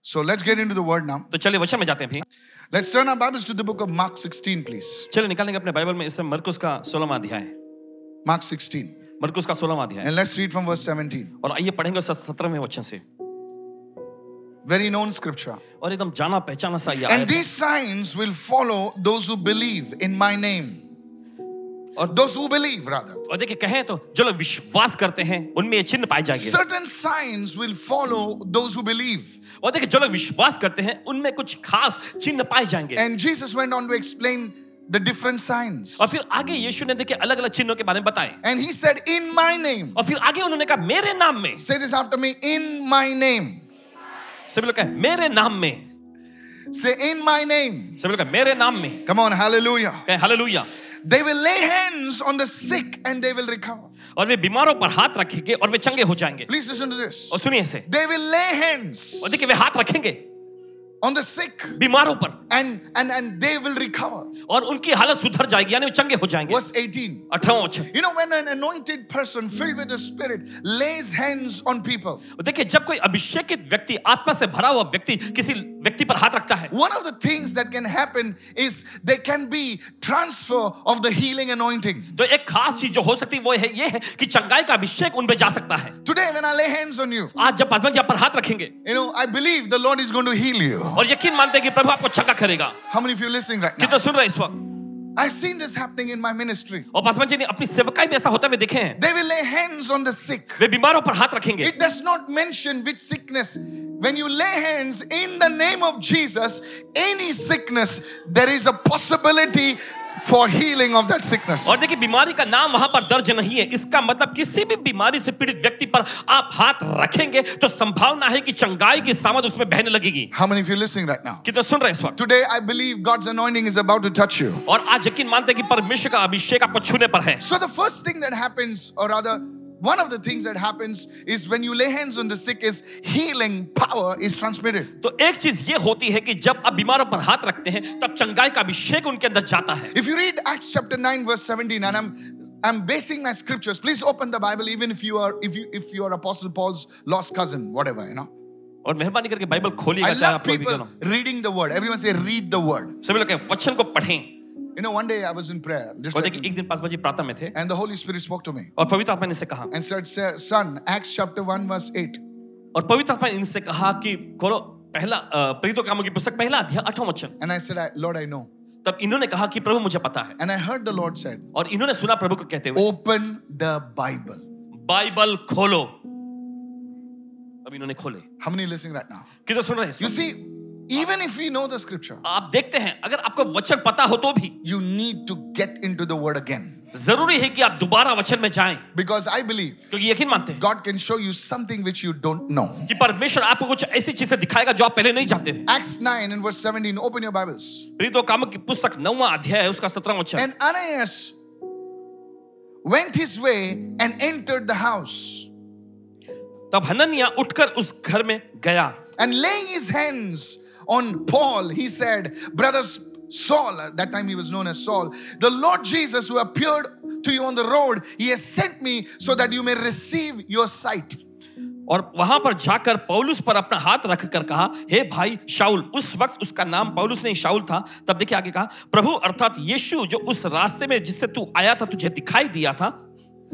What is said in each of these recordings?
So let's get into the word now. तो चलिए वचन में जाते हैं भी Let's turn our Bibles to the book of Mark 16, please. चलिए निकालेंगे अपने बाइबल में इससे मरकुस का सोलहवा अध्याय Mark 16. मरकुस का सोलहवा अध्याय And let's read from verse 17. और आइए पढ़ेंगे सत्रहवें वचन से Very known scripture. और एकदम जाना पहचाना सा ये And आयत है। these signs will follow those who believe in my name. Or और- those who believe, rather. और देखिए कहें तो जो लोग विश्वास करते हैं उनमें ये चिन्ह पाए जाएंगे Certain signs will follow those who believe. और देखिए जो लोग विश्वास करते हैं उनमें कुछ खास चिन्ह पाए जाएंगे And Jesus went on to explain the different signs. और फिर आगे यीशु ने देखिए अलग अलग चिन्हों के बारे में बताए And he said, In my name. और फिर आगे उन्होंने कहा मेरे नाम में Say this after me In my name. सभी लोग कहे मेरे नाम में Say, In my name. सभी लोग कहे मेरे नाम में Come on, hallelujah. कहे hallelujah They will lay hands on the sick and they will recover. और वे बीमारों पर हाथ रखेंगे और वे चंगे हो जाएंगे Please listen to this. और सुनिए इसे They will lay hands और देखिए वे हाथ रखेंगे on the sick बीमारों पर and, and, and they will recover. और उनकी हालत सुधर जाएगी यानी वो चंगे हो जाएंगे Verse 18. अठारह वचन You know, when an anointed person filled with the Spirit lays hands on people, और देखिए जब कोई अभिषेकित व्यक्ति आत्मा से भरा हुआ व्यक्ति किसी व्यक्ति पर हाथ रखता है one of the things that can happen is there can be transfer of the healing anointing. तो एक खास चीज जो हो सकती है वो है ये है कि चंगाई का अभिषेक उन पे जा सकता है Today, when I lay hands on you, आज जब पासवान जी आप पर हाथ रखेंगे you know, I believe the Lord is going to heal you. और यकीन मानते हैं कि प्रभु आपको चंगा करेगा How many of you are listening right now? कितना सुन रहे हैं इस वक्त I've seen this happening in my ministry. और पासवान जी ने अपनी सेवकाई में ऐसा होते हुए देखे हैं They will lay hands on the sick. वे बीमारों पर हाथ रखेंगे It does not mention which sickness. When you lay hands in the name of Jesus, any sickness, there is a possibility for healing of that sickness. और देखिए बीमारी का नाम वहां पर दर्ज नहीं है इसका मतलब किसी भी बीमारी से पीड़ित व्यक्ति पर आप हाथ रखेंगे तो संभावना है कि चंगाई की सामत उसमें बहने लगेगी How many of you are listening right now? कितना सुन रहे हैं इस वक्त Today, I believe God's anointing is about to touch you. और आज यकीन मानते हैं कि परमेश्वर का अभिषेक आपको छूने पर है So, the first thing that happens, or rather, one of the things that happens is when you lay hands on the sick, is healing power is transmitted. तो एक चीज ये होती है कि जब आप बीमारों पर हाथ रखते हैं तब चंगाई का अभिषेक उनके अंदर जाता है If you read Acts chapter 9, verse 17, and I'm I'm basing my scriptures, please open the Bible, even if you are if you if you are Apostle Paul's lost cousin, whatever, you know. और मेहरबानी करके Bible खोलिएगा I चाहे love आप कोई भी people जन्म। reading the word. Everyone say, read the word. सभी लोग कहें, वचन को पढ़ें You know, one day I was in prayer, just और like- देखिए एक दिन पास बजे प्रार्थना में थे and the Holy Spirit spoke to me और पवित्र आत्मा ने इनसे कहा and said, "Sir- Son, Acts chapter 1, verse 8. और पवित्र आत्मा ने इनसे कहा कि खोलो पहला अ, प्रेरितों के कामों की पुस्तक पहला अध्याय आठवां वचन And I said, "I- Lord, I know. तब इन्होंने कहा कि प्रभु मुझे पता है And I heard the Lord said, और इन्होंने सुना प्रभु को कहते हुए Open the Bible. बाइबल खोलो अब इन्होंने खोले How many are listening right now? कितना सुन रहे हैं इस You वक्त? see, even if we know the scripture, आप देखते हैं अगर आपको वचन पता हो तो भी you need to get into the word again. जरूरी है कि आप दोबारा वचन में जाएं Because I believe क्योंकि यकीन मानते हैं God can show you something which you don't know. कि परमेश्वर आपको कुछ ऐसी चीजें दिखाएगा जो आप पहले नहीं जानते थे Acts 9 and verse 17, open your Bibles. Preeto कामक की पुस्तक नौवा अध्याय है उसका सत्रह वचन And Ananias went his way and entered the house. तब हननिया उठकर उस घर में गया And laying his hands on Paul, he said, Brother Saul, at that time he was known as Saul, the Lord Jesus who appeared to you on the road, he has sent me so that you may receive your sight. और वहां पर जाकर पौलुस पर अपना हाथ रखकर कहा हे भाई शाउल उस वक्त उसका नाम पौलुस नहीं शाउल था तब देखिए आगे कहा प्रभु अर्थात यीशु जो उस रास्ते में जिससे तू आया था तुझे दिखाई दिया था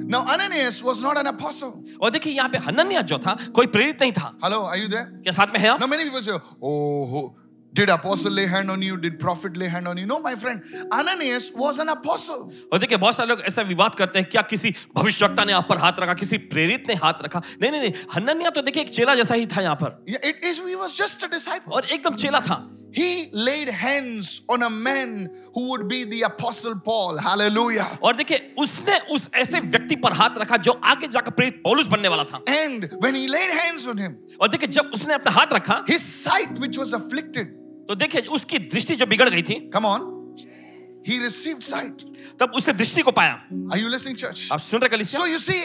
Now, Ananias was not an apostle. और देखिए यहाँ पे हनन्या जो था कोई प्रेरित नहीं था Hello, are you there? क्या साथ में है आप Now, many people say, Oh, who- did apostle lay hand on you? Did prophet lay hand on you? No, my friend, Ananias was an apostle. और देखिए बहुत सारे लोग ऐसा विवाद करते हैं क्या किसी भविष्यवक्ता ने आप पर हाथ रखा किसी प्रेरित ने हाथ रखा नहीं नहीं नहीं हनन्या तो देखिए एक चेला जैसा ही था यहाँ पर Yeah, It is, he was just a disciple. और एकदम चेला था He laid hands on a man who would be the Apostle Paul. Hallelujah. और देखिए उसने उस ऐसे व्यक्ति पर हाथ रखा जो आगे जाकर प्रेरित पौलुस बनने वाला था And when he laid hands on him, और देखिए जब उसने अपना हाथ रखा his sight, which was afflicted, तो देखिए उसकी दृष्टि जो बिगड़ गई थी come on, he received sight. तब उसने दृष्टि को पाया Are you listening, church? आप सुन रहे कलिसिया So you see,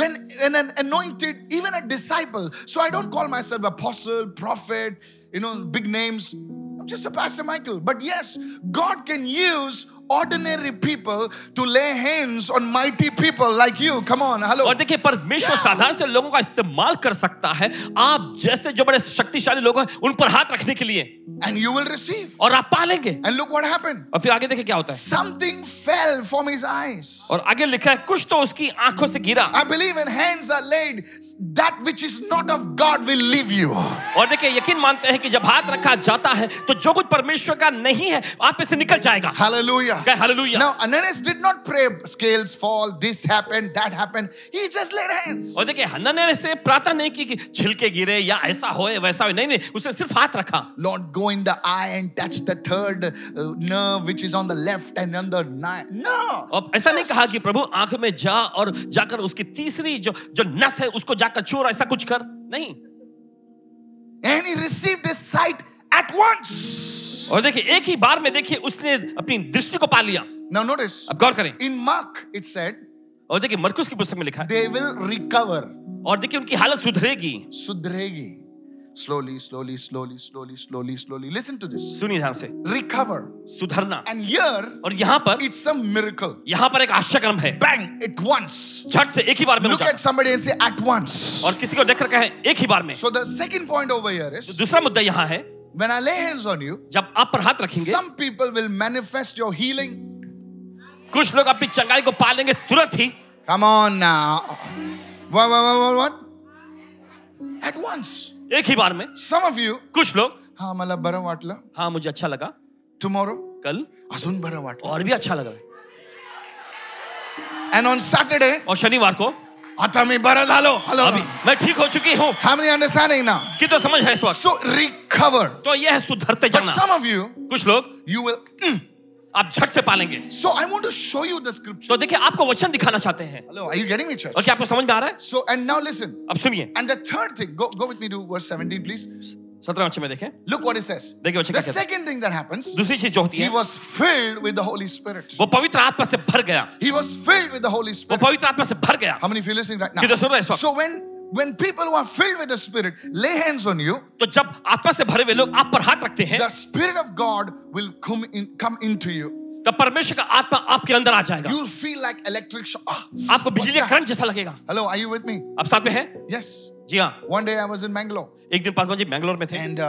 when when an anointed, even a disciple, so I don't call myself apostle, prophet, you know, big names. I'm just a Pastor Michael. But yes, God can use ordinary people to lay hands on mighty people like you. Come on, hello. और देखिए परमेश्वर साधारण से लोगों का इस्तेमाल कर सकता है आप जैसे जो बड़े शक्तिशाली लोग हैं उन पर हाथ रखने के लिए And you will receive. और आप पालेंगे And look what happened. और फिर आगे देखिए क्या होता है Something fell from his eyes. और आगे लिखा है कुछ तो उसकी आंखों से गिरा I believe when hands are laid, that which is not of God will leave you. और देखिए यकीन मानते हैं कि जब हाथ रखा जाता है तो जो कुछ परमेश्वर का नहीं है आप इससे निकल जाएगा Hallelujah. कहे hallelujah Now, Ananias did not pray, scales fall, this happened, that happened. He just laid hands. और देखिए हन्ना ने ऐसे प्रार्थना नहीं की कि छिलके गिरे या ऐसा होए वैसा होए नहीं नहीं उसने सिर्फ हाथ रखा Lord, go in the eye and touch the third uh, nerve which is on the left and on the nine. No. और ऐसा नहीं कहा कि प्रभु आंख में जा और जाकर उसकी तीसरी जो जो नस है उसको जाकर छोड़ ऐसा कुछ कर नहीं And he received his sight at once. और देखिए एक ही बार में देखिए उसने अपनी दृष्टि को पा लिया Now, notice अब गौर करें in Mark, it said, और देखिए मरकुस की पुस्तक में लिखा है they will recover. और देखिए उनकी हालत सुधरेगी Sudregi. Slowly, slowly, slowly, slowly, slowly, slowly. Listen to this. सुनिए ध्यान से Recover. सुधरना And here, और यहाँ पर it's a miracle. यहाँ पर एक आश्चर्यक्रम है Bang, at once. झट से एक ही बार में हो Look at जाता somebody and say, at once. है। और किसी को देखकर कहें एक ही बार में So, the second point over here is दूसरा मुद्दा यहाँ है when I lay hands on you, जब आप पर हाथ रखेंगे Some people will manifest your healing. कुछ लोग अपनी चंगाई को पालेंगे तुरंत ही Come on now. What, what, what, what, what? At once. एक ही बार में Some of you, कुछ लोग हा मला बरं वाटलं हाँ मुझे अच्छा लगा tomorrow कल अजून बरं वाटलं और भी अच्छा लग रहा है and on saturday और शनिवार को आता मी बरं झालो hello अभी मैं ठीक हो चुकी हूँ how many understanding now कि तो समझ है इस वक्त so recover तो यह है सुधरते but जाना some of you कुछ लोग you will mm. आप झट से पालेंगे so i want to show you the scripture तो देखिए आपको वचन दिखाना चाहते हैं hello are you getting me church और क्या आपको समझ में आ रहा है so and now listen अब सुनिए and the third thing go, go with me to verse 17 please सत्रह अच्छे में देखें look what it says देखिए वचन the क्या कहता है। second thing that happens दूसरी चीज जो होती He है was filled with the Holy Spirit. वो पवित्र आत्मा से भर गया He was filled with the Holy वो Spirit. पवित्र आत्मा से भर गया How many of you listening right कितने सुन रहे now? हैं इस वक्त? So when when people who are filled with the Spirit lay hands on you, तो जब आत्मा से भरे हुए लोग आप पर हाथ रखते हैं the Spirit of God will come in, come into you. तब परमेश्वर का आत्मा आपके अंदर आ जाएगा You'll feel like electric shock. Ah, आपको what's बिजली का that? करंट जैसा लगेगा Hello, are you with me? आप साथ में हैं Yes. जी हाँ One day I was in Bangalore एक दिन पासवान जी बैंगलोर में थे and uh,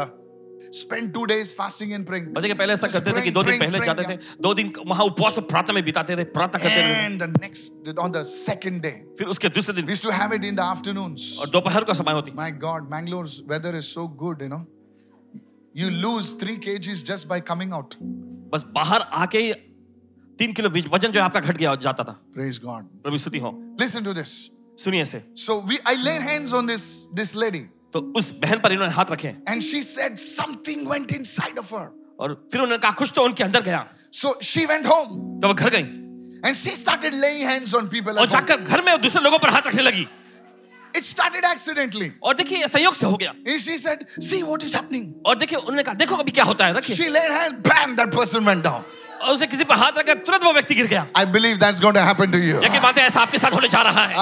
spent two days fasting and praying. और देखिए पहले ऐसा Just करते थे कि praying, दो दिन praying, पहले praying, जाते थे yeah. दो दिन वहां उपवास और प्रार्थना में बिताते थे प्रार्थना करते थे And the next on the second day, फिर उसके दूसरे दिन we used to have it in the afternoons. और दोपहर का समय होती My God, Mangalore's weather is so good, you know. You lose three kgs just by coming out. बस बाहर आके ही तीन किलो वज- वजन जो है आपका घट गया जाता था Praise God. प्रभु की स्तुति हो Listen to this. सुनिए इसे So we I laid hands on this this lady, तो उस बहन पर इन्होंने हाथ रखे and she said something went inside of her. और फिर उन्होंने कहा कुछ तो उनके अंदर गया So she went home तो वो घर गई and she started laying hands on people. At और home. जाकर घर में और दूसरे लोगों पर हाथ रखने लगी It started accidentally. और देखिए ये संयोग से हो गया And she said, see what is happening. और देखिए उन्होंने कहा देखो अभी क्या होता है रखिए She laid hands, bam, that person went down. और उसे किसी पर हाथ रखा तुरंत वो व्यक्ति गिर गया I believe that's going to happen to you. यकीन बातें ऐसा आपके साथ होने जा रहा है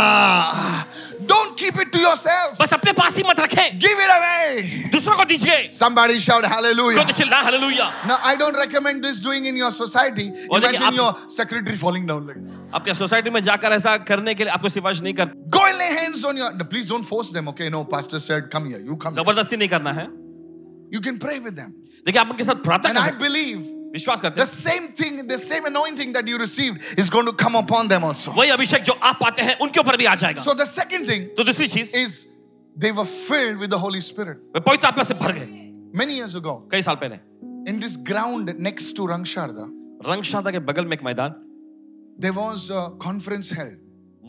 Ah, don't keep it to yourself. बस अपने पास ही मत रखें Give it away. दूसरों को दीजिए Somebody shout को hallelujah. तो चिल्ला hallelujah Now, I don't recommend this doing in your society. और देखिए, Imagine आप- your secretary falling down. Like, आपके सोसाइटी में जाकर ऐसा करने के लिए आपको सिफारिश नहीं कर go and lay hands on your. No, please don't force them, okay? No, pastor said, come here. You come here. जबरदस्ती नहीं करना है You can pray with them. देखिए आप उनके साथ प्रार्थना And कर I सकते believe हैं, विश्वास करते the हैं same thing, the same anointing that you received is going to come upon them also. वही अभिषेक जो आप पाते हैं उनके ऊपर भी आ जाएगा So, the second thing तो दूसरी चीज is they were filled with the Holy Spirit. वे पवित्र आत्मा से भर गए Many years ago, कई साल पहले in this ground next to Rangsharda, रंगशाला के बगल में एक मैदान there was a conference held.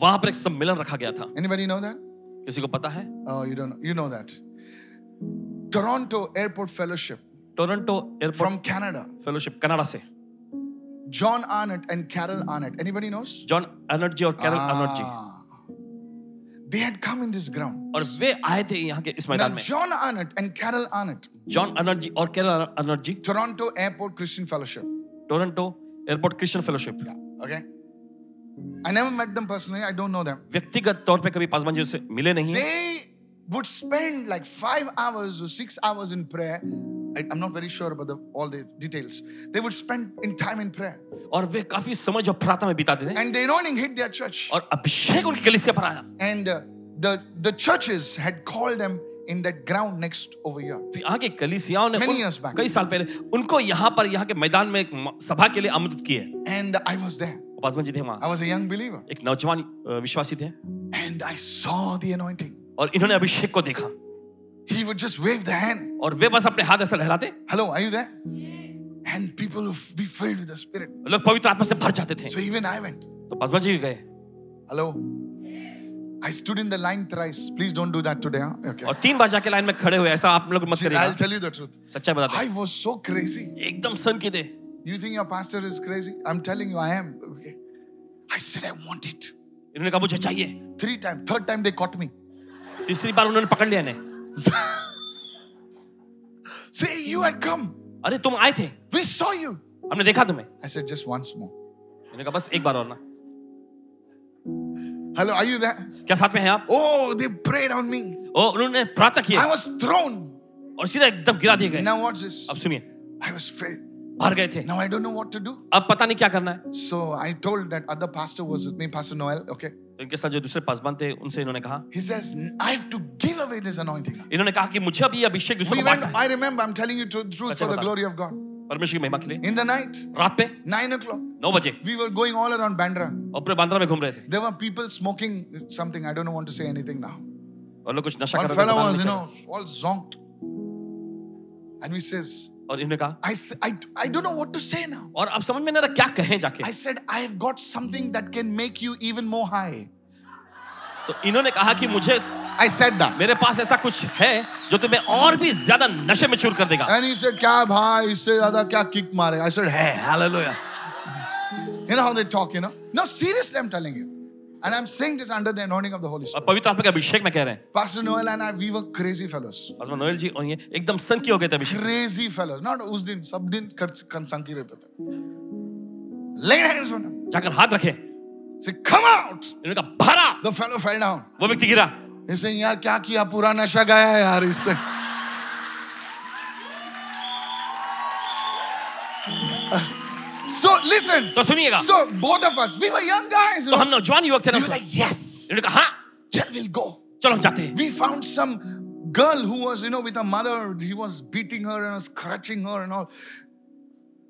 वहां पर एक सम्मेलन रखा गया था Anybody know that? किसी को पता है Oh, you don't know. You know that. Toronto Airport Fellowship Toronto from airport Canada. Fellowship Canada से John Arnott and Carol Arnott. Anybody knows? John Arnott ji और Carol Arnott ji Ah. They had come in this ground. और वे आए थे यहाँ के इस Now, मैदान में John Arnott and Carol Arnott, John Arnott ji और Carol Arnott ji Toronto Airport Christian Fellowship. Toronto airport Christian fellowship Yeah, okay. I never met them personally. I don't know them. व्यक्तिगत तौर पे कभी पासवान जी से मिले नहीं हैं। They would spend like five hours or six hours in prayer I, I'm not very sure about the, all the details. They would spend in time in prayer. और वे काफी समय जो प्रार्थना में बिताते थे And the anointing hit their church. और अभिषेक उनकी कलिसिया पर आया And uh, the, the churches had called them in that ground next over here. फिर यहाँ की कलिसियाओं ने Many उन- years back. कई साल पहले उनको यहाँ पर यहाँ के मैदान में एक म- सभा के लिए आमंत्रित किए And I was there. Paswan ji थे वहाँ I was a young believer. एक नौजवान अ, विश्वासी थे And I saw the anointing. और इन्होंने अभिषेक को देखा He would just wave the hand. और वे बस अपने हाथ ऐसा लहराते Hello, are you there? And people will be filled with the Spirit. लोग पवित्र आत्मा से भर जाते थे So even I went. तो पासवान जी भी गए Hello. I stood in the line thrice. Please don't do that today. Huh? Okay. और तीन बार जाके लाइन में खड़े हुए ऐसा आप लोग मत See, I'll करिएगा tell you the truth. सच्चाई बताते I was so crazy. हैं। एकदम सन के दे You think your pastor is crazy? I'm telling you, I am. Okay. I said, I want it. इन्होंने कहा मुझे चाहिए Three times. Third time they caught me. तीसरी बार उन्होंने पकड़ लिया इन्हें Say, you had come. अरे तुम आए थे We saw you. हमने देखा तुम्हें I said, just once more. इन्होंने कहा बस एक बार और ना Hello, are you there? क्या साथ में हैं आप Oh, they prayed on me. और उन्होंने प्रार्थना किया I was thrown. और सीधा एकदम गिरा दिए गए Now, watch this. अब सुनिए I was filled. भर गए थे Now, I don't know what to do. अब पता नहीं क्या करना है So, I told that other pastor was with me, Pastor Noel. Okay. तो इनके साथ जो दूसरे पासवान थे उनसे इन्होंने कहा He says, I have to give away this anointing. इन्होंने कहा कि मुझे अभी अभिषेक दूसरों We को went, बांटना है I remember, I'm telling you truth, truth for the glory of God. परमेश्वर की महिमा के लिए In the night, रात पे 9 o'clock, नौ बजे we were going all around Bandra. और पूरे बांद्रा में घूम रहे थे There were people smoking something. I don't want to say anything now. और लोग कुछ नशा One कर रहे थे, fellow पता was, you नहीं क्या। know, all zonked. And he says, और इन्होंने कहा I, s- I, I don't know what to say now. और अब समझ में नहीं आ रहा क्या कहें जाके I said, I have got something that can make you even more high. तो इन्होंने कहा कि मुझे I said that. मेरे पास ऐसा कुछ है जो तुम्हें और भी ज्यादा नशे में चूर कर देगा And he said, Kya bhai, isse zyada kya kick mare? I said, Hey, hallelujah. You know how they talk, you know? No, seriously, I'm telling you. And I'm saying this under the anointing of the Holy Spirit. और पवित्र आत्मा के अभिषेक में कह रहे हैं Pastor Noel and I, we were crazy fellows. Paswan Noel ji और ये एकदम सनकी हो गए थे अभिषेक Crazy fellows. Not उस दिन, सब दिन कर- कंसंकी रहते थे. Laid hands on him. जाकर हाथ रखे इन्होंने Say, come out. कहा भरा The fellow fell down. वो व्यक्ति गिरा He's saying, यार क्या किया पूरा नशा गया है यार इससे So listen. तो सुनिएगा So both of us, we were young guys. You तो know? हम नौजवान युवक थे ना We उस were like, वक्त। yes, इन्होंने कहा हाँ Chal, we'll go. चलो हम जाते हैं We found some girl who was, you know, with a mother. He was beating her and was scratching her and all.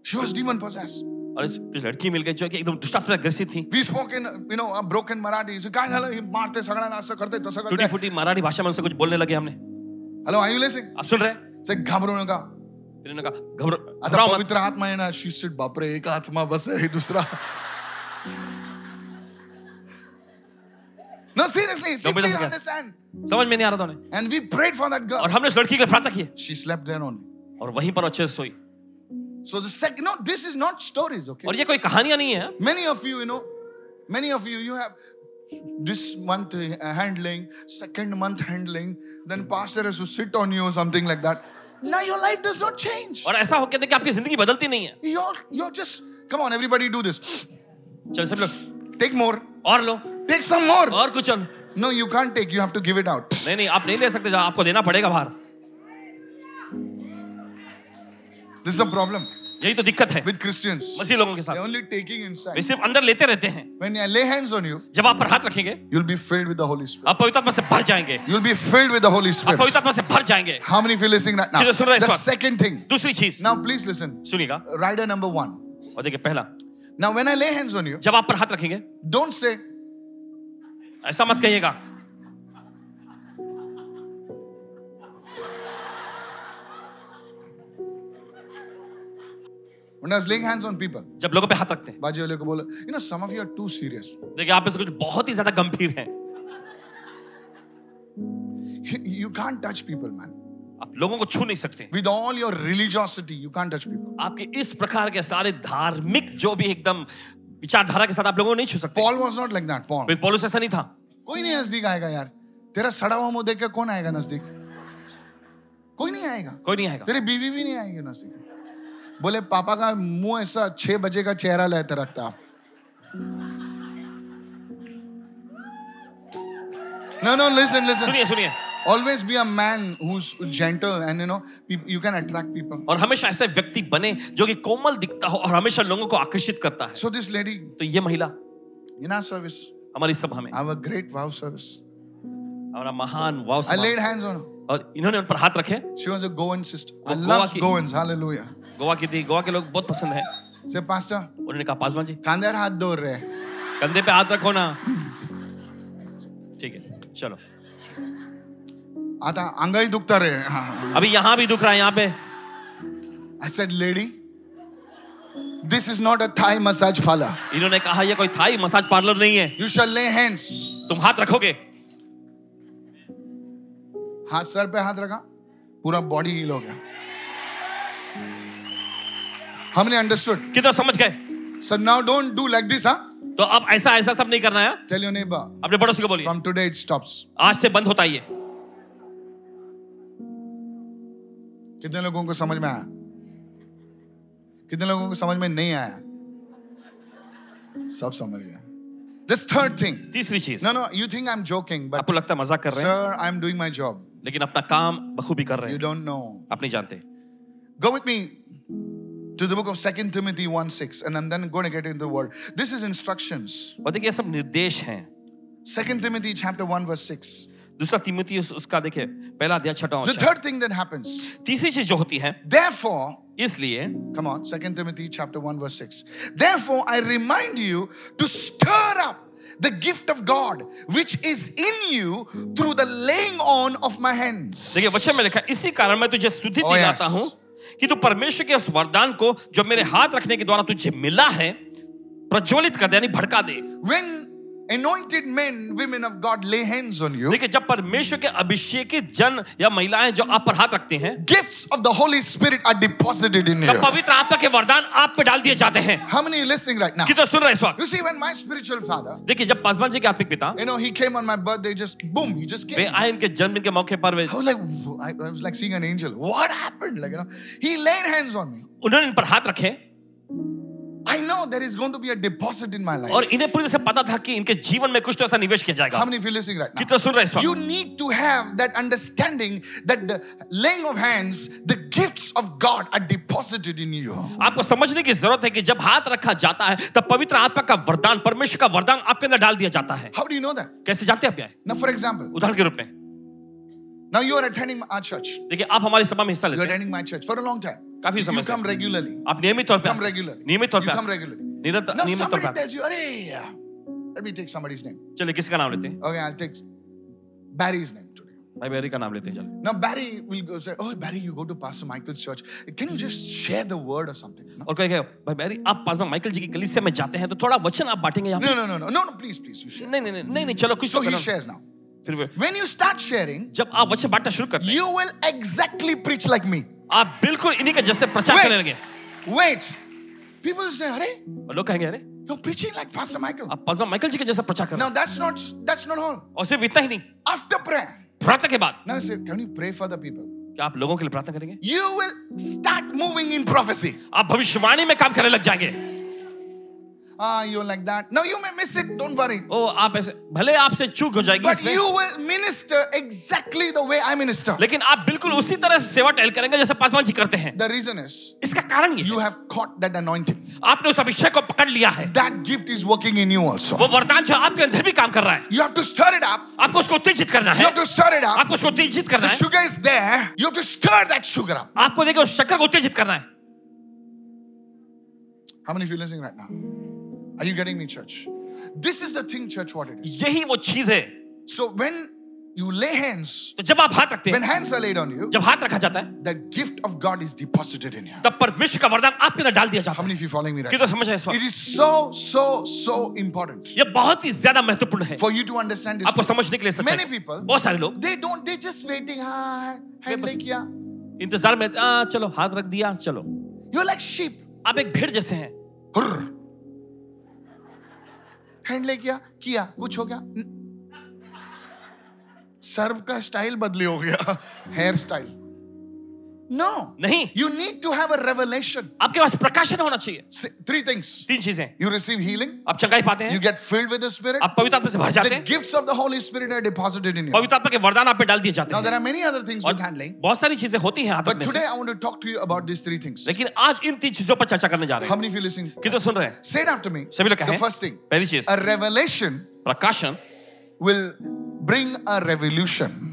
She was demon possessed. और इस- इस लड़की मिल गई जो कि एकदम दुष्टात्मा से ग्रसित थी We spoke in, you know, a broken Marathi. So काय झालं हे मारते सगळ्यांना असं करते तसं टूटी करते. फूटी मराठी भाषा में उनसे कुछ बोलने लगे हमने Hello, are you listening? आप सुन रहे हैं? Say घाबरू नका. फिर उन्होंने कहा घबरा- आता घबराओ मत पवित्र आत्मा येणार शिष्ट बापरे एक आत्मा बस हे दुसरा No, seriously, see, No, but please that's okay. understand. समझ में नहीं आ रहा था उन्हें And we prayed for that girl. और हमने उस लड़की के लिए प्रार्थना की She slept there only. और वहीं पर अच्छे से सोई So the second, no, this is not stories, okay? और ये कोई कहानियां नहीं है Many of you, you know, many of you, you have this month uh, handling, second month handling, then pastor has to sit on you or something like that. Now your life does not change. और ऐसा हो कहते कि आपकी जिंदगी बदलती नहीं है You're, you're just, come on, everybody do this. चल सब लोग Take more, और लो take some more. और कुछ और नहीं No, you can't take, you have to give it out. नहीं आप नहीं ले सकते जा- आपको देना पड़ेगा बाहर This is a problem यही तो दिक्कत है with Christians. मसीह लोगों के They're साथ only taking वे inside. सिर्फ अंदर लेते रहते हैं When I lay hands on you, जब आप पर हाथ रखेंगे you'll be filled with the Holy Spirit. आप पवित्र आत्मा से भर जाएंगे You'll be filled with the Ah, Holy आप Spirit. पवित्र आत्मा से भर जाएंगे How many of you listening right now? Kilo sunna is The what? second thing. दूसरी चीज Now, please listen. सुनिएगा Rider number one. और देखिए पहला Now, when I lay hands on you, जब आप पर हाथ रखेंगे don't say, ऐसा मत कहिएगा when I was laying hands on people, जब लोगों पे हाथ रखते हैं बाजी वाले को बोला, you know, some of you are too serious. देखिए आप में से कुछ बहुत ही ज्यादा गंभीर हैं You, you can't touch people, man. आप लोगों को छू नहीं सकते With all your religiosity, you can't touch people. आपके इस प्रकार के सारे धार्मिक जो भी एकदम विचारधारा के साथ आप लोगों को नहीं छू सकते Paul was not like that, Paul. वेद पौलुस ऐसा नहीं था कोई नहीं नजदीक आएगा यार तेरा सड़ा हुआ मुंह देख के कौन आएगा नजदीक कोई नहीं आएगा कोई नहीं आएगा तेरी बीवी भी नहीं आएगी नजदीक बोले पापा का मुंह ऐसा छह बजे का चेहरा लेते रखता नो नो लिसन लिसन सुनिए सुनिए Always be a man who's gentle and you know, pe- you can attract people. और हमेशा ऐसे व्यक्ति बने जो कि कोमल दिखता हो और हमेशा लोगों को आकर्षित करता है So, this lady तो ये महिला in our service, हमारी सभा में our great wow service, हमारा महान वाव I समाज। laid hands on her. और इन्होंने उन पर हाथ रखे She was a Goan sister. I Goa love ki- Goans. Hallelujah. Goa की थी गोवा के लोग बहुत पसंद है Say, Pastor, उन्होंने कहा Paswan ji kandar hath dor rahe. कंधे पे हाथ रखो ना ठीक है चलो Ata angai dukta rahe. अभी यहाँ भी दुख रहा है यहाँ पे I said, lady, this is not a Thai massage parlor. इन्होंने कहा ये कोई थाई मसाज पार्लर नहीं है You shall lay hands. तुम हाथ रखोगे हाथ सर पे हाथ रखा पूरा बॉडी हील हो गया हमने अंडरस्टूड कितना समझ गए so now don't do like this हाँ तो अब ऐसा ऐसा सब नहीं करना है टेल योर नेबर अपने पड़ोसी को बोलिए फ्रॉम टुडे इट स्टॉप्स आज से बंद होता है ये कितने लोगों को समझ में आया कितने लोगों को समझ में नहीं आया सब समझ गया दिस थर्ड थिंग तीसरी चीज no no you think I am joking but आपको लगता है मजाक कर रहे हैं sir I am doing my job लेकिन अपना काम बखूबी कर रहे यू हैं डोंट नो आप नहीं जानते Go with me to the book of 2 Timothy 1 6, and I'm then going to get into the word. This is instructions. और देखिए ये सब निर्देश हैं 2 Timothy chapter 1, verse 6. दूसरा तिमुति उसका देखिए पहला अध्याय छठा The अंश है। third thing that happens, तीसरी चीज जो होती है therefore, इसलिए come on, 2 Timothy chapter 1, verse 6. Therefore, I remind you to stir up the gift of God which is in you through the laying on of my hands. देखिए वचन में लिखा है, इसी कारण मैं तुझे सुधित Oh, दिलाता yes. हूं कि तू परमेश्वर के उस वरदान को जो मेरे हाथ रखने के द्वारा तुझे मिला है प्रज्वलित कर दे यानी भड़का दे When anointed men, women of God lay hands on you, देखिए जब परमेश्वर के अभिषेकित जन या महिलाएं जो आप पर हाथ रखते हैं gifts of the Holy Spirit are deposited in तब you. पवित्र आत्मा के वरदान आप पे डाल दिए जाते हैं How many are listening right now? कितना सुन रहे हैं इस वक्त You see, when my spiritual father, देखिए जब पासवान जी के आत्मिक पिता you know, he came on my birthday, just boom, he just way came. आए इनके जन्मदिन के मौके पर वे I was like, "Whoa," I I was like seeing an angel. What happened? Like, you know, he laid hands on me. उन्होंने इन पर हाथ रखे I know there is going to be a deposit in my और life. इन्हें पूरी तरह से पता था कि इनके जीवन में कुछ तो ऐसा निवेश किया How जाएगा many of you listening right now? कितना सुन रहे हैं इस You वक्त need to have that understanding that the laying of hands, the gifts of God are deposited in you. आपको समझने की जरूरत है कि जब हाथ रखा जाता है तब पवित्र आत्मा का वरदान परमेश्वर का वरदान आपके अंदर डाल दिया जाता है How do you know that? कैसे जानते हैं आप ये? Now, for example, उदाहरण के रूप में now you are attending our church. देखिए आप हमारी सभा में हिस्सा You're लेते हैं attending my church for a long time. काफी You समय से come regularly. आप नियमित तौर पे Come आते हैं। regularly. नियमित तौर You पे come आते हैं। regularly. निरंतर Now नियमित तौर somebody पे आते tells you, "Arey, let me take somebody's name. हैं। चलिए किसी का नाम लेते हैं Okay, I'll take Barry's name today. भाई बेरी का नाम लेते हैं चलो Now Barry will go say, "Oh, Barry, you go to Pastor Michael's church. Can you just share the word or something?" No, और कहेगा भाई बेरी आप पास में माइकल जी की कलीसिया में जाते हैं तो थोड़ा वचन आप बांटेंगे यहाँ no, no, no, no, no, no. Please, please, you पे? share. नहीं नहीं नहीं नहीं नहीं चलो कुछ So तो he करो। shares now. फिर वे- When you start sharing, जब आप वचन बांटना शुरू करते हैं you will exactly preach like me. आप बिल्कुल इन्हीं के जैसे प्रचार करने Wait, लगे wait. People say, "Arey, और लोग कहेंगे अरे you're preaching like Pastor Michael." आप पास में माइकल जी के जैसा प्रचार कर रहे Now that's not that's not all. हैं। और सिर्फ इतना ही नहीं After prayer, प्रार्थना के बाद now you say, "Can you pray for the people?" क्या आप लोगों के लिए प्रार्थना करेंगे You will start moving in prophecy. आप भविष्यवाणी में काम करने लग जाएंगे Ah, you're like that. Now you may miss it, don't worry. ओ आप ऐसे भले आपसे चूक हो जाएगी But इसमें, you will minister exactly the way I minister. लेकिन आप बिल्कुल उसी तरह से सेवा टहल करेंगे जैसे पासवान जी करते हैं The reason is इसका कारण ये you है, have caught that anointing. आपने उस अभिषेक को पकड़ लिया है That gift is working in you also. वो वरदान जो आपके अंदर भी काम कर रहा है You have to stir it up. आपको उसको उत्तेजित करना You है have to stir it up. आपको उसको उत्तेजित करना The है sugar is there. You have to stir that sugar up. आपको देखिए उस शक्कर को उत्तेजित करना है How many of you listening right now? Are you getting me, church? This is the thing, church, what it is. यही वो चीज है So when you lay hands, तो जब आप हाथ रखते when हैं hands are laid on you, जब हाथ रखा जाता है the gift of God is deposited in you. तब परमेश्वर का वरदान आपके अंदर डाल दिया How जाता है many of you following me right now? कितना समझ रहे हैं इस It वक्त is so, so, so important ये बहुत ही ज्यादा महत्वपूर्ण है for you to understand this. आपको समझने के लिए सच्चाई। Many people- बहुत सारे लोग They don't, they're just waiting. Ah, handle kiya. इंतजार में रहते हैं, "आ, चलो हाथ रख दिया चलो You're like sheep. आप एक भेड़ जैसे हैं हैंडले किया किया कुछ हो गया न- सर्व का स्टाइल बदले हो गया हेयर स्टाइल No. नहीं You need to have a revelation. आपके पास प्रकाशन होना चाहिए S- Three things तीन चीजें you receive healing, आप चंगाई पाते you हैं get filled with the Spirit, आप पवित्र आत्मा से भर जाते the हैं gifts of the Holy Spirit are deposited in you. पवित्र आत्मा के वरदान आप पे डाल दिए जाते Now, हैं there are many other things with handling, बहुत सारी चीजें होती हैं हाथ but में से today I want to talk to you about these three things. लेकिन आज इन तीन चीजों पर चर्चा करने जा रहे How हैं many of you listening? कितने सुन रहे हैं Say it after me. सभी लोग कहें The first thing पहली चीज a revelation प्रकाशन will bring a revolution.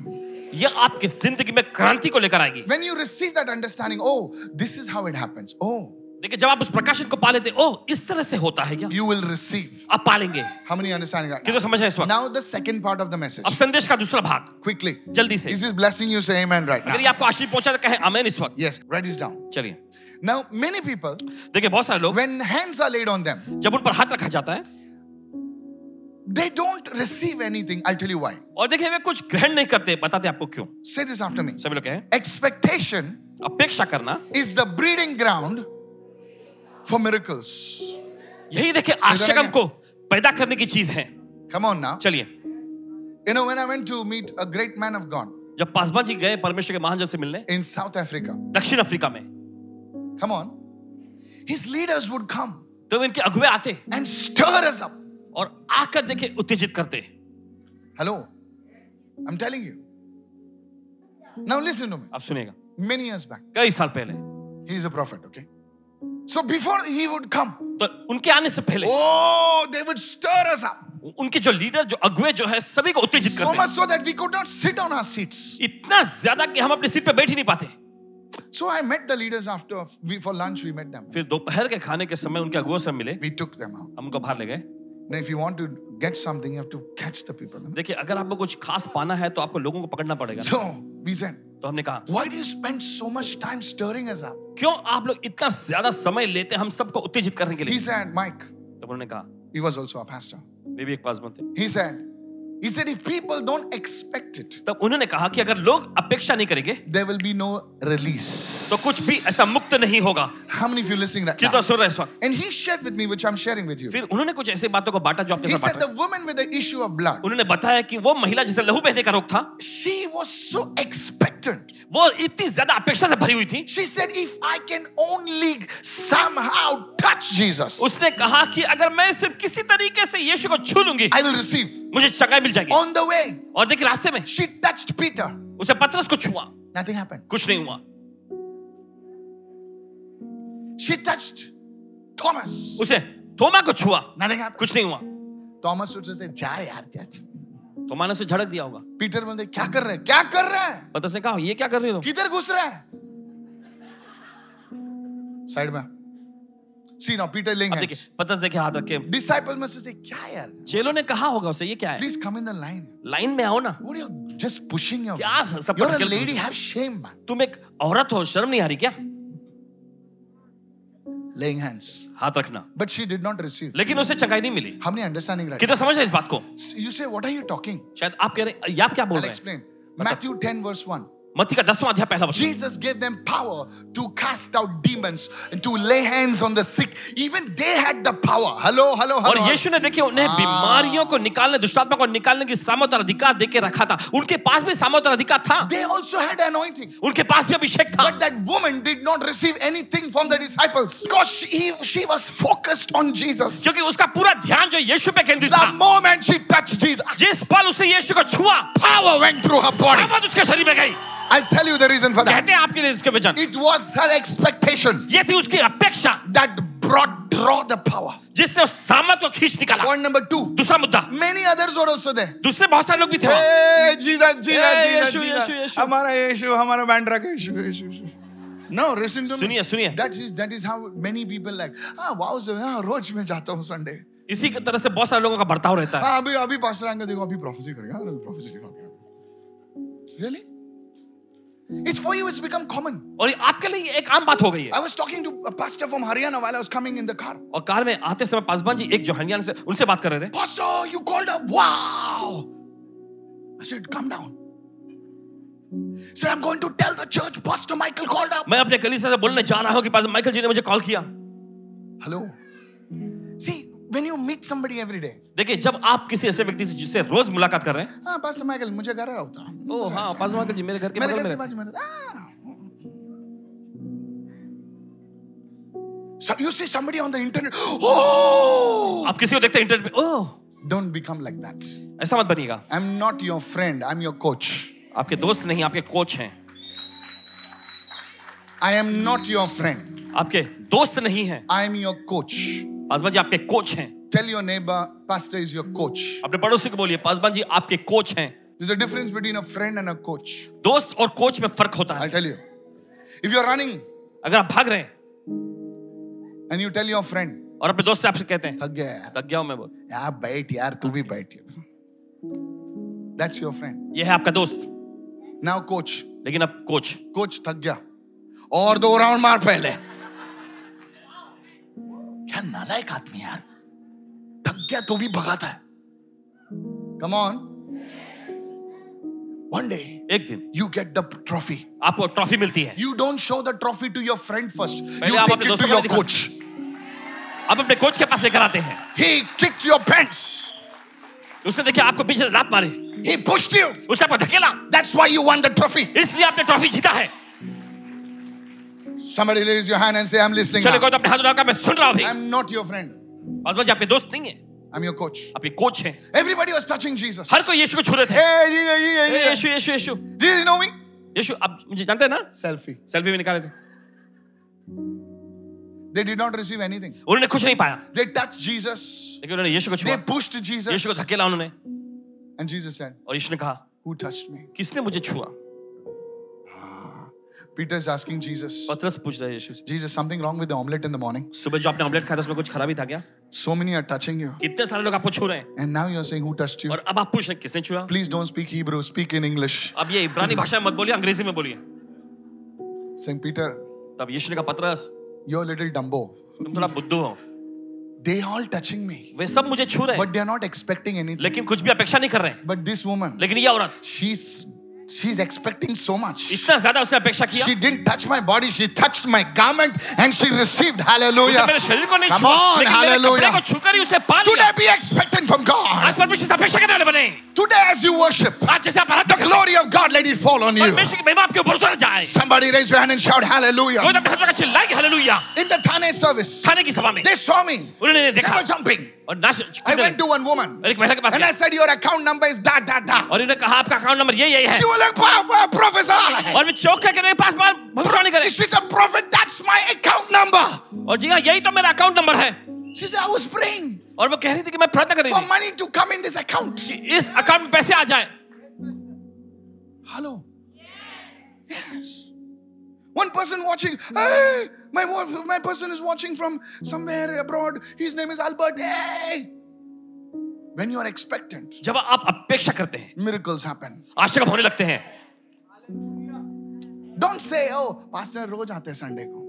ये आपकी जिंदगी में क्रांति को लेकर आएगी When you receive that understanding, oh, this is how it happens. Oh, देखिए जब आप उस प्रकाशन को पा लेते हैं, ओह इस तरह से होता है क्या you will receive. आप पालेंगे How many understanding that? कितने समझ रहे हैं इस वक्त Now, the second part of the message. अब संदेश का दूसरा भाग Quickly. जल्दी से Is this blessing you? Say amen right अगर now. ये आपको आशीष पहुंचा तो कहें अमेन इस वक्त Yes, write this down. चलिए Now, many people, देखिए बहुत सारे लोग when hands are laid on them, जब उन पर हाथ रखा जाता है they don't receive anything. I'll tell you why. और देखिए वे कुछ ग्रहण नहीं करते बताते आपको क्यों Say this after me. सभी लोग कहें Expectation अपेक्षा करना is the breeding ground for miracles. यही देखिए that आश्चर्य again. हमको पैदा करने की चीज है Come on now. चलिए You know, when I went to meet a great man of God जब पासवान जी गए परमेश्वर के महान जन से मिलने in South Africa, दक्षिण अफ्रीका में come on, his leaders would come तो इनके अगुवे आते and stir us up. और आकर देखे उत्तेजित करते Hello, I'm telling you. Now, listen to me. आप सुनिएगा Many years back, कई साल पहले he's a prophet, okay? So, before he would come, तो उनके आने से पहले oh, they would stir us up उनके जो लीडर जो अगुवे जो है सभी को उत्तेजित so करते much so that we could not sit on our seats. इतना ज्यादा कि हम अपनी सीट पे बैठ ही नहीं पाते So, I met the leaders after we, for lunch, we met them. फिर दोपहर के खाने के समय उनके अगुवों से मिले We took them out. हम उनको बाहर ले गए Now, if you want to get something, you have to catch the people. you know? देखिए अगर आपको कुछ खास पाना है तो आपको लोगों को पकड़ना पड़ेगा So, we said, तो हमने कहा Why do you spend so much time stirring us up? क्यों आप लोग इतना ज्यादा समय लेते हैं हम सबको उत्तेजित करने के He लिए said, Mike, तो उन्होंने कहा he was also a pastor. वे भी एक पासवान थे He said, he said, if people don't expect it, तब उन्होंने कहा कि अगर लोग अपेक्षा नहीं करेंगे there will be no release. तो कुछ भी ऐसा मुक्त नहीं होगा How many of you listening right कितना now? सुन रहे हैं इस वक्त And he shared with me, which I'm sharing with you. फिर उन्होंने कुछ ऐसी बातों को बांटा जो आपके He साथ said बांटा the woman with the issue of blood, उन्होंने बताया कि वो महिला जिसे लहू बहने का रोग था she was so expectant. वो इतनी ज्यादा अपेक्षा से भरी हुई थी She said, if I can only somehow touch Jesus, उसने कहा कि अगर मैं सिर्फ किसी तरीके से यीशु को छू लूंगी I Oh। will receive. मुझे चंगाई मिल जाएगी On the way, और देखिए रास्ते में she touched Peter. उसे पतरस को छुआ Nothing happened. कुछ नहीं हुआ She touched Thomas. उसने थोमा को छुआ Nothing happened. कुछ नहीं हुआ थॉमस उसे से जा यार जा थोमा ने उसे झड़क दिया होगा पीटर बोलते क्या कर रहे है क्या कर रहा है पतरस ने कहा ये क्या कर रहे हो तुम?" किधर घुस रहा है साइड में सी नाउ पीटर लिंग अब देखिए पतरस देखे हाथ रखे डिसाइपल में से say, क्या यार चेलो ने कहा होगा उसे ये क्या है please come in the line line में आओ ना what are you just pushing your क्या सब- सब you're a पटकल- lady have shame man तुम एक औरत हो शर्म नहीं आ रही क्या laying hands हाथ रखना but she did not receive लेकिन उसे चंगाई नहीं मिली how many understanding right कितना समझ रहे हैं इस बात को you say what are you talking शायद आप कह रहे हैं आप क्या बोल I'll रहे हैं explain Matthew 10 verse 1 मत्ती का दसवां अध्याय पहला वचन Jesus gave them power to cast out demons and to lay hands on the sick even they had the power hello hello और hello हाँ। यीशु ने देखिए उन्हें बीमारियों को निकालने दुष्टात्मा को निकालने की सामर्थ और अधिकार देके रखा था उनके पास भी सामर्थ और अधिकार था They also had anointing. उनके पास भी अभिषेक था But that woman did not receive anything from the disciples because she, she was focused on Jesus. क्योंकि उसका पूरा ध्यान जो यीशु पे केंद्रित The था moment she touched Jesus, जिस पल उसने यीशु को छुआ power went through her body. ताकत उसके शरीर में गई I'll tell you the reason for that. कहते हैं आपके लिए इसके वचन It was her expectation ये थी उसकी अपेक्षा that brought draw the power. जिसने उस सामर्थ को खींच निकाला Point number two. दूसरा मुद्दा Many others were also there. दूसरे बहुत सारे लोग भी थे वहाँ। Hey, Jesus, Jesus, Jesus, Hey, Yeshu, Jesus. Yeshu, Yeshu. हमारा यीशु, हमारा बैंड्रा का यीशु, यीशु, यीशु. No, listen to me. सुनिए, सुनिए। That is that is how many people like. Ah, wow, sir, हाँ, रोज मैं जाता हूँ संडे. इसी की तरह से बहुत सारे लोगों का बर्ताव रहता है हाँ अभी अभी पास्टर आएंगे देखो अभी prophecy करेगा अभी prophecy करेगा really it's for you it's become common और ये आपके लिए एक आम बात हो गई है I was talking to a pastor from Haryana while I was coming in the car और कार में आते समय पासवान जी एक जो हरियाणा से उनसे बात कर रहे थे pastor you called up wow I said come down He said I'm going to tell the church pastor Michael called up मैं अपने कलीसिया से बोलने जा रहा हूँ कि पास माइकल जी ने मुझे कॉल किया hello see when you meet somebody every day देखिए जब आप किसी ऐसे व्यक्ति से जिससे रोज मुलाकात कर रहे हैं हाँ Oh, pastor Michael मुझे घर रहा होता ओ हाँ पास माइकल जी मेरे घर के मेरे बगल घर के में बाजू में रहता- हाँ, So you see somebody on the internet, oh! आप किसी को देखते हैं इंटरनेट पे oh Don't become like that. ऐसा मत बनिएगा I'm not your friend, I'm your coach. आपके दोस्त नहीं आपके कोच हैं I am not your friend, आपके दोस्त नहीं हैं I am your coach. Paswan ji आपके कोच हैं Tell your neighbor, Pastor is your coach. अपने पड़ोसी को बोलिए पासवान जी आपके कोच हैं There's a difference between a friend and a coach. दोस्त और कोच में फर्क होता I'll है tell you. If you're running अगर आप भाग रहे हैं and you tell your friend, और अपने दोस्त से आपसे कहते हैं थक गया यार लग गया हूं मैं बोल यार बैठ यार तू भी बैठ यार That's your friend. ये है आपका दोस्त Now coach. लेकिन अब कोच कोच थक गया और दो राउंड मार पहले क्या नालायक आदमी यार थक गया तो भी भगाता है कम ऑन वन डे एक दिन यू गेट द ट्रॉफी आपको ट्रॉफी मिलती है you don't show the trophy to your friend first पहले यू आप टेक अपने इट टू योर दोस्तों को दिखाओ। कोच आप अपने कोच के पास लेकर आते हैं ही किक्ड योर पैंट्स उसने देखिए आपको पीछे से लात मारी ही पुश्ड यू उसने आपको धकेला that's why you want the trophy इसलिए आपने ट्रॉफी जीता है somebody raise your hand and say i'm listening चलो now. कोई तो अपने हाथ उठाकर मैं सुन रहा हूँ i'm not your friend Paswan ji आपके दोस्त नहीं है i'm your coach आपके कोच हैं everybody was touching jesus हर कोई यीशु को छू रहे थे hey, yeah, yeah, yeah, ए, yeah. यीशु यीशु यीशु Did you know me? यीशु आप मुझे जानते हैं ना Selfie. सेल्फी में निकाले थे They did not receive anything. उन्होंने कुछ नहीं पाया They touched Jesus. लेकिन उन्होंने यीशु को They छुआ pushed Jesus. यीशु को धकेला उन्होंने And Jesus said, और यीशु ने कहा Who touched me? किसने मुझे छुआ Peter is asking Jesus, पतरस पूछ रहा है यीशु से Jesus, something wrong with the omelette in the morning. सुबह जो आपने ऑमलेट खाया था उसमें कुछ खराबी था क्या So many are touching you. कितने सारे लोग आपको छू रहे हैं And now you're saying, Who touched you? और अब आप पूछ रहे हैं किसने छुआ Please don't speak Hebrew, speak in English. अब ये इब्रानी भाषा में मत बोलिए अंग्रेजी में बोलिए Saying, Peter, तब यीशु ने कहा पतरस you're little dumbo. तुम थोड़ा बुद्धू हो They all touching me. वे सब मुझे छू रहे हैं But they're not expecting anything. लेकिन कुछ भी अपेक्षा नहीं कर रहे हैं But this woman, लेकिन ये औरत she's she's expecting so much. इतना ज्यादा उसने अपेक्षा किया She didn't touch my body, she touched my garment and she received hallelujah. उसने मेरे शरीर को नहीं Come छुआ on, लेकिन मेरे कपड़े hallelujah. को छूकर ही उसने पा लिया Today be expectant from God. आज परमेश्वर से अपेक्षा करने वाले बने Today as you worship, आज जैसे आप the आराधना करते हैं, glory of God let it fall on you. परमेश्वर की महिमा आपके ऊपर उतर जाए Somebody raise your hand and shout hallelujah. कोई तो अपने हाथों का चिल्लाएगी hallelujah In the Thane service, खाने की सभा में they saw me. उन्होंने They देखा were jumping. और नाच I कूदने went लगे। to one woman और एक महिला के पास and I गया। said, Your account number is da da da. और इन्होंने कहा आपका अकाउंट नंबर ये यही है She was like, wow, wow, Professor. और वे चौक के मेरे पास बार भविष्यवाणी करें She's a prophet, that's my account number. और जी हाँ यही तो मेरा अकाउंट नंबर है She said, I was praying और वो कह रही थी कि मैं प्रार्थना कर रही for थी money to come in this account. कि इस अकाउंट में पैसे आ जाए Hello. Yes. One person watching. Hey, my wa- my person is watching from somewhere abroad. His name is Albert. Hey. When you are expectant, जब आप अपेक्षा करते हैं miracles happen. आश्चर्य होने लगते हैं Don't say, "Oh, pastor, रोज आते हैं संडे को."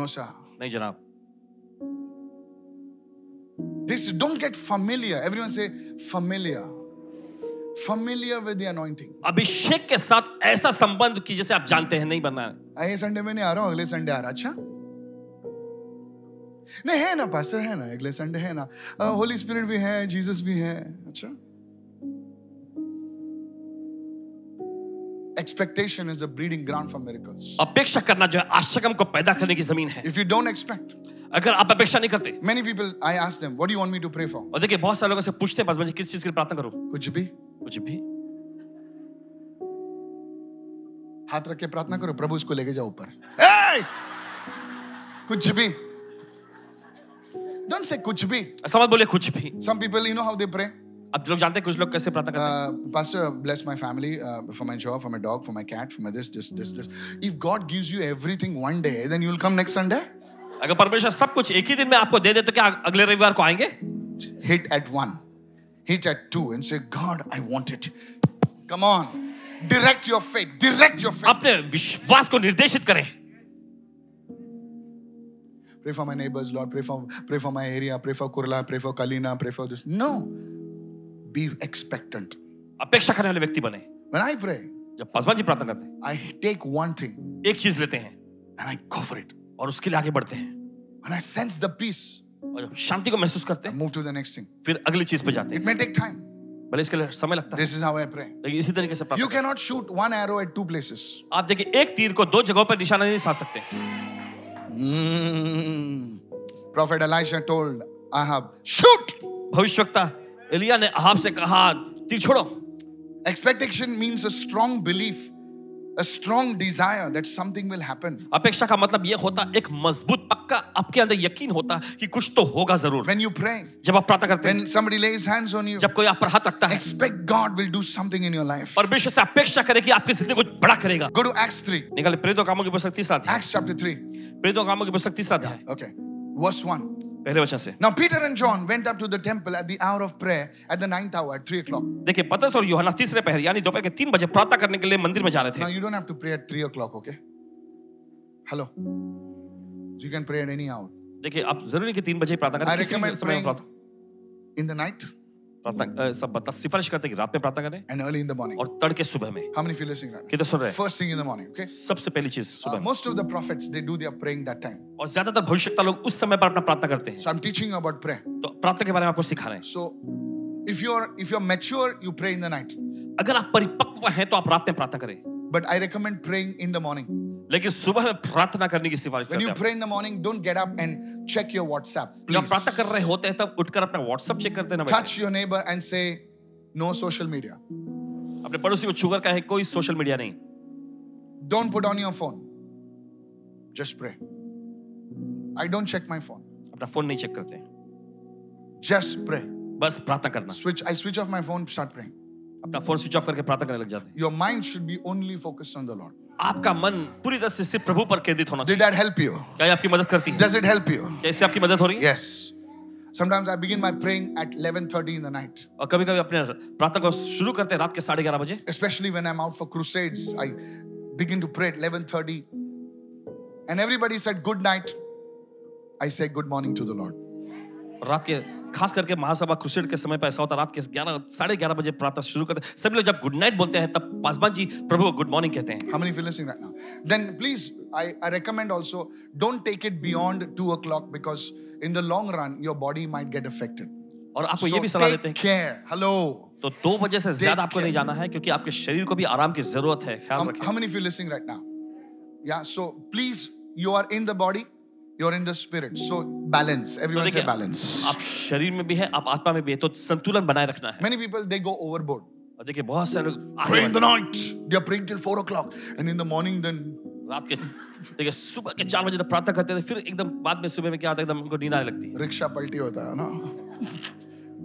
No, sir. नहीं जनाब This don't get familiar. Everyone say familiar. Familiar with the anointing. अभिषेक के साथ ऐसा संबंध कि जैसे आप जानते हैं नहीं बनना है "Ah, ये संडे में नहीं आ रहा हूँ अगले संडे आ रहा अच्छा नहीं है ना पास्टर है ना अगले संडे है ना होली स्पिरिट भी है जीसस भी है अच्छा expectation is a breeding ground for miracles अपेक्षा करना जो है आश्चर्य को पैदा करने की जमीन है if you don't expect अगर आप अपेक्षा नहीं करते many people i ask them what do you want me to pray for और देखिए बहुत सारे लोगों से पूछते हैं पास मुझे किस चीज के लिए प्रार्थना करूं कुछ भी कुछ भी हाथ रख के प्रार्थना करो प्रभु इसको लेके जाओ ऊपर Hey! कुछ भी don't say कुछ भी ऐसा मत बोलिए कुछ भी some people you know how they pray अब लोग जानते हैं कुछ लोग कैसे प्रार्थना करते हैं Uh, Pastor, bless my family, uh, for my job, for my dog, for my cat, for my this, this, this, this. If God gives you everything one day, then you'll come next Sunday? अगर परमेश्वर सब कुछ एक ही दिन में आपको दे दे तो क्या अगले रविवार को आएंगे Hit at one, hit at two, and say, God, I want it. Come on. Direct your faith. Direct your faith. अपने विश्वास को निर्देशित करें Pray for my neighbors, Lord. Pray for, pray for my area. Pray for Kurla. Pray for Kalina. Pray for this. No. Be expectant. अपेक्षा करने वाले व्यक्ति बने When I pray, जब पासवान जी प्रार्थना करते I take one thing हैं एक चीज लेते हैं and I go for it. और उसके लिए आगे बढ़ते हैं When I sense the peace, और जब शांति को महसूस करते I हैं move to the next thing. फिर अगली चीज पे जाते हैं It may take time. भले इसके लिए समय लगता है This is how I pray. लेकिन इसी तरीके से प्रार्थना You cannot shoot one arrow at two places. आप देखिए एक तीर को दो जगहों पर निशाना नहीं साध सकते Mm. Prophet Elisha told Ahab, shoot! भविष्यवक्ता एलिया ने अहाब से कहा तीर छोड़ो Expectation means a strong belief, a strong desire that something will happen. अपेक्षा का मतलब यह होता एक मजबूत पक्का आपके अंदर यकीन होता कि कुछ तो होगा जरूर When you pray, जब आप प्रार्थना करते हैं when somebody lays hands on you, जब कोई आप पर हाथ रखता है expect God will do something in your life. परमेश्वर से अपेक्षा करे कि आपकी जिंदगी कुछ बड़ा करेगा Go to Acts 3. निकाले प्रेरितों कामों की पुस्तक तीसरा अध्याय Acts chapter 3. प्रेरितों कामों की पुस्तक तीसरा अध्याय Okay. Verse 1. पहले वचन से Now Peter and John went up to the temple at the hour of prayer at the ninth hour at 3 o'clock. देखिए पतस और यूहन्ना तीसरे पहर यानी दोपहर के तीन बजे प्रार्थना करने के लिए मंदिर में जा रहे Now थे you don't have to pray at 3 o'clock, okay? Hello. You can pray at any hour. देखिए आप जरूरी नहीं कि तीन बजे ही I प्रार्थना करें किसी भी recommend समय में praying प्रार्थना in the night प्रार्थना अ, सब बता सिफारिश करते हैं कि रात में प्रार्थना करें and early in the morning. और तड़के सुबह में How many of you listening right किधर सुन now? रहे हैं First thing in the morning, okay? सबसे पहली चीज Uh, सुबह में most of the prophets, they do their praying that time. और ज्यादातर भविष्यता लोग उस समय पर अपना प्रार्थना करते हैं So I'm teaching you about prayer. तो प्रार्थना के बारे में आपको सिखा रहे So if you're if you're mature, you pray in the night. हैं अगर आप परिपक्व हैं तो आप रात में प्रार्थना करें But I recommend praying in the morning. लेकिन सुबह में प्रार्थना करने की सिफारिश When करते you हैं pray in the morning, don't get up and check your WhatsApp. जब आप Please प्रार्थना कर रहे होते हैं तब उठकर अपना व्हाट्सएप चेक करते ना बैठे। touch your neighbor and say, no social media. अपने पड़ोसी को छुगर का है कोई सोशल मीडिया नहीं Don't put on your phone. Just pray. I don't check my phone. अपना फोन नहीं चेक करते हैं। Just pray. बस प्रार्थना करना Switch. I switch off my phone. Start praying. अपना फोन स्विच ऑफ करके प्रार्थना करने लग जाते हैं Your mind should be only focused on the Lord. आपका मन पूरी तरह से सिर्फ प्रभु पर केंद्रित होना Did चाहिए that help you? क्या ये आपकी मदद करती है Does it help you? क्या इससे आपकी मदद हो रही है Yes. Sometimes I begin my praying at 11:30 in the night. और कभी कभी अपने प्रार्थना को शुरू करते हैं रात के साढ़े ग्यारह बजे Especially when I'm out for crusades, I begin to pray at 11:30. And everybody said good night. I say good morning to the Lord. रात के खास करके महासभा क्रुसेड के समय पर ऐसा होता है, रात के ग्यारह साढ़े ग्यारह बजे प्रार्थना शुरू करते हैं। सभी लोग जब गुड नाइट बोलते हैं तब पासवान जी प्रभु गुड मॉर्निंग कहते हैं How many of you listening right now? Then please, I, I recommend also don't take it beyond two o'clock because in the long run your body might get affected. और आपको ये So भी सलाह देते take हैं care. Hello. तो दो बजे से ज्यादा आपको care. नहीं जाना है क्योंकि आपके शरीर को भी आराम की जरूरत है ख्याल How, रखें how many of you listening right now? Yeah, so please, you are in the body, you're in the spirit. So balance. तो Everyone say balance. देखिए आप शरीर में भी है आप आत्मा में भी है तो संतुलन बनाए रखना है Many people they go overboard. और देखिए बहुत सारे लोग Pray आगे in the night. They're praying till four o'clock. And in the morning, then रात के देखिए सुबह के चार बजे तक प्रार्थना करते थे फिर एकदम बाद में सुबह में क्या आता है एकदम उनको नींद आने लगती है rickshaw palti hota hai, na?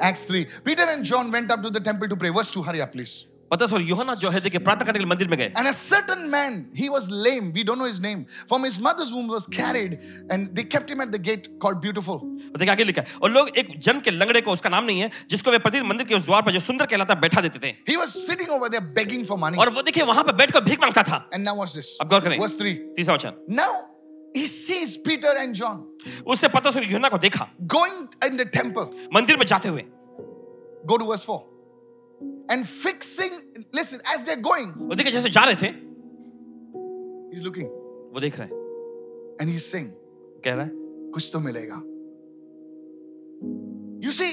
Acts 3. Peter and John went up to the temple to pray. Verse 2, hurry up, please. पतस और योहना जो है देखिए प्रार्थना करने के लिए मंदिर में गए And a certain man, he was lame, we don't know his name, from his mother's womb was carried, and they kept him at the gate called Beautiful. और देखिए आगे लिखा है और लोग एक जन के लंगड़े को उसका नाम नहीं है जिसको वे प्रतिदिन मंदिर के उस द्वार पर जो सुंदर कहलाता है, बैठा देते थे He was sitting over there begging for money. और वो देखिए वहां पर बैठकर भीख मांगता था And now what's this? अब गौर करें Verse 3. तीसरा वचन Now he sees Peter and John उसने पतस और योहना को देखा going in the temple. मंदिर में जाते हुए Go to verse 4. And fixing, listen, as they're going, और देखिए जैसे जा रहे थे he's looking वो देख रहे हैं and he's saying, कह रहा है Kuch to milega. You see,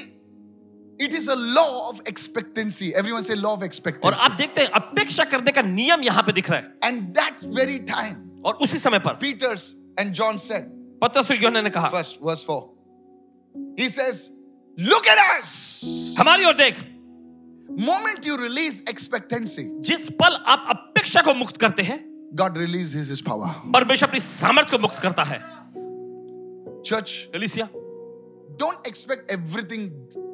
it is a law of expectancy. Everyone say law of और expectancy. आप देखते हैं अपेक्षा करने का नियम यहाँ पे दिख रहा है And that very time, और उसी समय पर Peter's and John said, पतस और योहना ने कहा first, verse 4. He says, Look at us. हमारी ओर देख Moment you release expectancy, जिस पल आप अपेक्षा को मुक्त करते हैं God releases his power. परमेश्वर अपनी सामर्थ को मुक्त करता है Church, Alicia don't expect everything.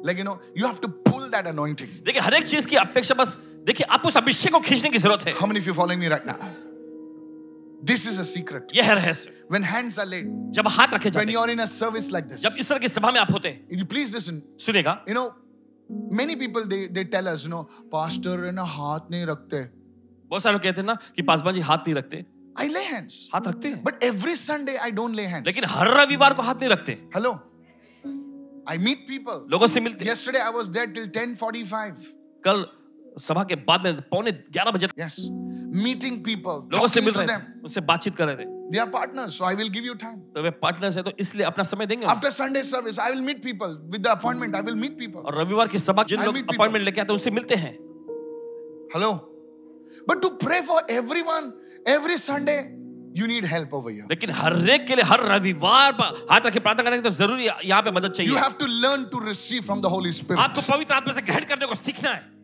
Like, you know, you have to pull that anointing. देखिए हर एक चीज की अपेक्षा बस देखिए आपको उस अभिषेक को खींचने की जरूरत है How many of you following me right now? This is a secret. यह है रहस्य When hands are laid, जब हाथ रखे when जाते हैं you're in a service like this, जब इस तरह की सभा में आप होते हैं you please listen. सुनेगा You know, many people they, they tell us, you know, Pastor, you know, हाथ नहीं रखते. बहुत सारे लोग कहते हैं ना कि पासवान जी हाथ नहीं रखते I lay hands. हाथ रखते हैं But every Sunday I don't lay hands. लेकिन हर रविवार को हाथ नहीं रखते Hello. I meet people. लोगों से मिलते हैं। Yesterday I was there till 10:45. कल सभा के बाद में पौने ग्यारह बजे तक Yes. Meeting people, लोगों से talking मिल to रहे थे them. उनसे बातचीत कर रहे थे They are partners, so I will give you time. तो वे पार्टनर्स हैं तो इसलिए अपना समय देंगे उन्हें। After Sunday service, I will meet people with the appointment. I will meet people. और रविवार की सभा जिन I लोग meet people. अपॉइंटमेंट लेके आते हैं उनसे मिलते हैं Hello. But to pray for everyone every Sunday, you need help over here. लेकिन हर एक के लिए हर रविवार पर हाथ रखे प्रार्थना करने की तो जरूरी यहाँ पे मदद You चाहिए have to learn to receive from the Holy Spirit. आपको पवित्र आत्मा से ग्रहण करने को सीखना है